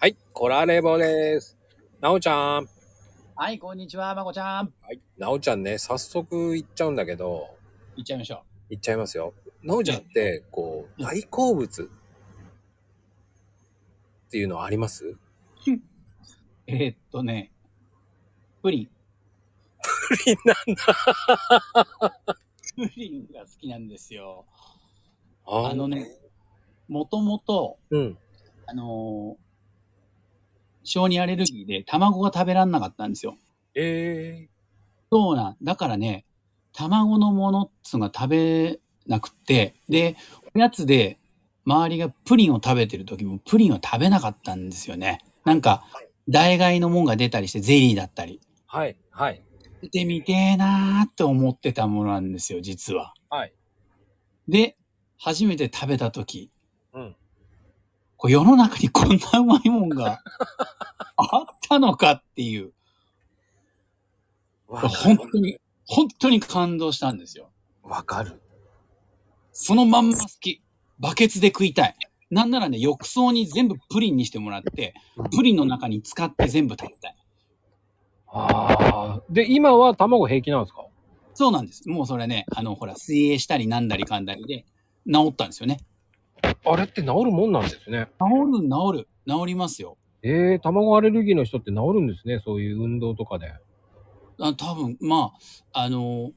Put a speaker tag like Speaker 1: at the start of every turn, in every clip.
Speaker 1: はい、コラレボです。なおちゃん。
Speaker 2: はい、こんにちは、まこちゃん。
Speaker 1: はい、なおちゃんね、早速行っちゃうんだけど。
Speaker 2: 行っちゃいましょ
Speaker 1: う。行っちゃいますよ。なおちゃんって、こう、大好物っていうのあります
Speaker 2: えーっとね、プリン。
Speaker 1: プリンなん
Speaker 2: だ。プリンが好きなんですよ。ああのね、もともと、うん、あのー小児アレルギーで卵が食べられなかったんですよ。
Speaker 1: ええー、
Speaker 2: そうなん。だからね、卵のものっつうのが食べなくて、で、おやつで周りがプリンを食べてる時もプリンを食べなかったんですよね。なんか、代替のもんが出たりしてゼリーだったり。
Speaker 1: はい、はい。
Speaker 2: 出てみてえなーって思ってたものなんですよ、実は。
Speaker 1: はい。
Speaker 2: で、初めて食べた時。
Speaker 1: うん。
Speaker 2: 世の中にこんなうまいもん があったのかっていう。本当に、本当に感動したんですよ。
Speaker 1: わかる。
Speaker 2: そのまんま好き。バケツで食いたい。なんならね、浴槽に全部プリンにしてもらって、プリンの中に使って全部食べたい。
Speaker 1: ああ。で、今は卵平気なんですか
Speaker 2: そうなんです。もうそれね、あの、ほら、水泳したりなんだりかんだりで、治ったんですよね。
Speaker 1: あれって治るもんなんですね。
Speaker 2: 治る、治る、治りますよ。
Speaker 1: ええー、卵アレルギーの人って治るんですね、そういう運動とかで。
Speaker 2: あ多分まあ、あの、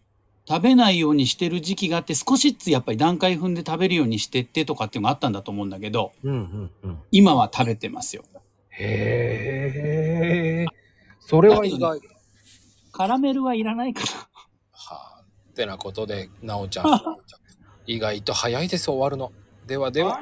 Speaker 2: 食べないようにしてる時期があって、少しずつやっぱり段階踏んで食べるようにしてってとかっていうのがあったんだと思うんだけど、
Speaker 1: うんうんうん、
Speaker 2: 今は食べてますよ。
Speaker 1: へえ、それは意外。
Speaker 2: カラメルはいらないから。
Speaker 1: はあ、ってなことで、なおちゃん、意外と早いです、終わるの。ではでは。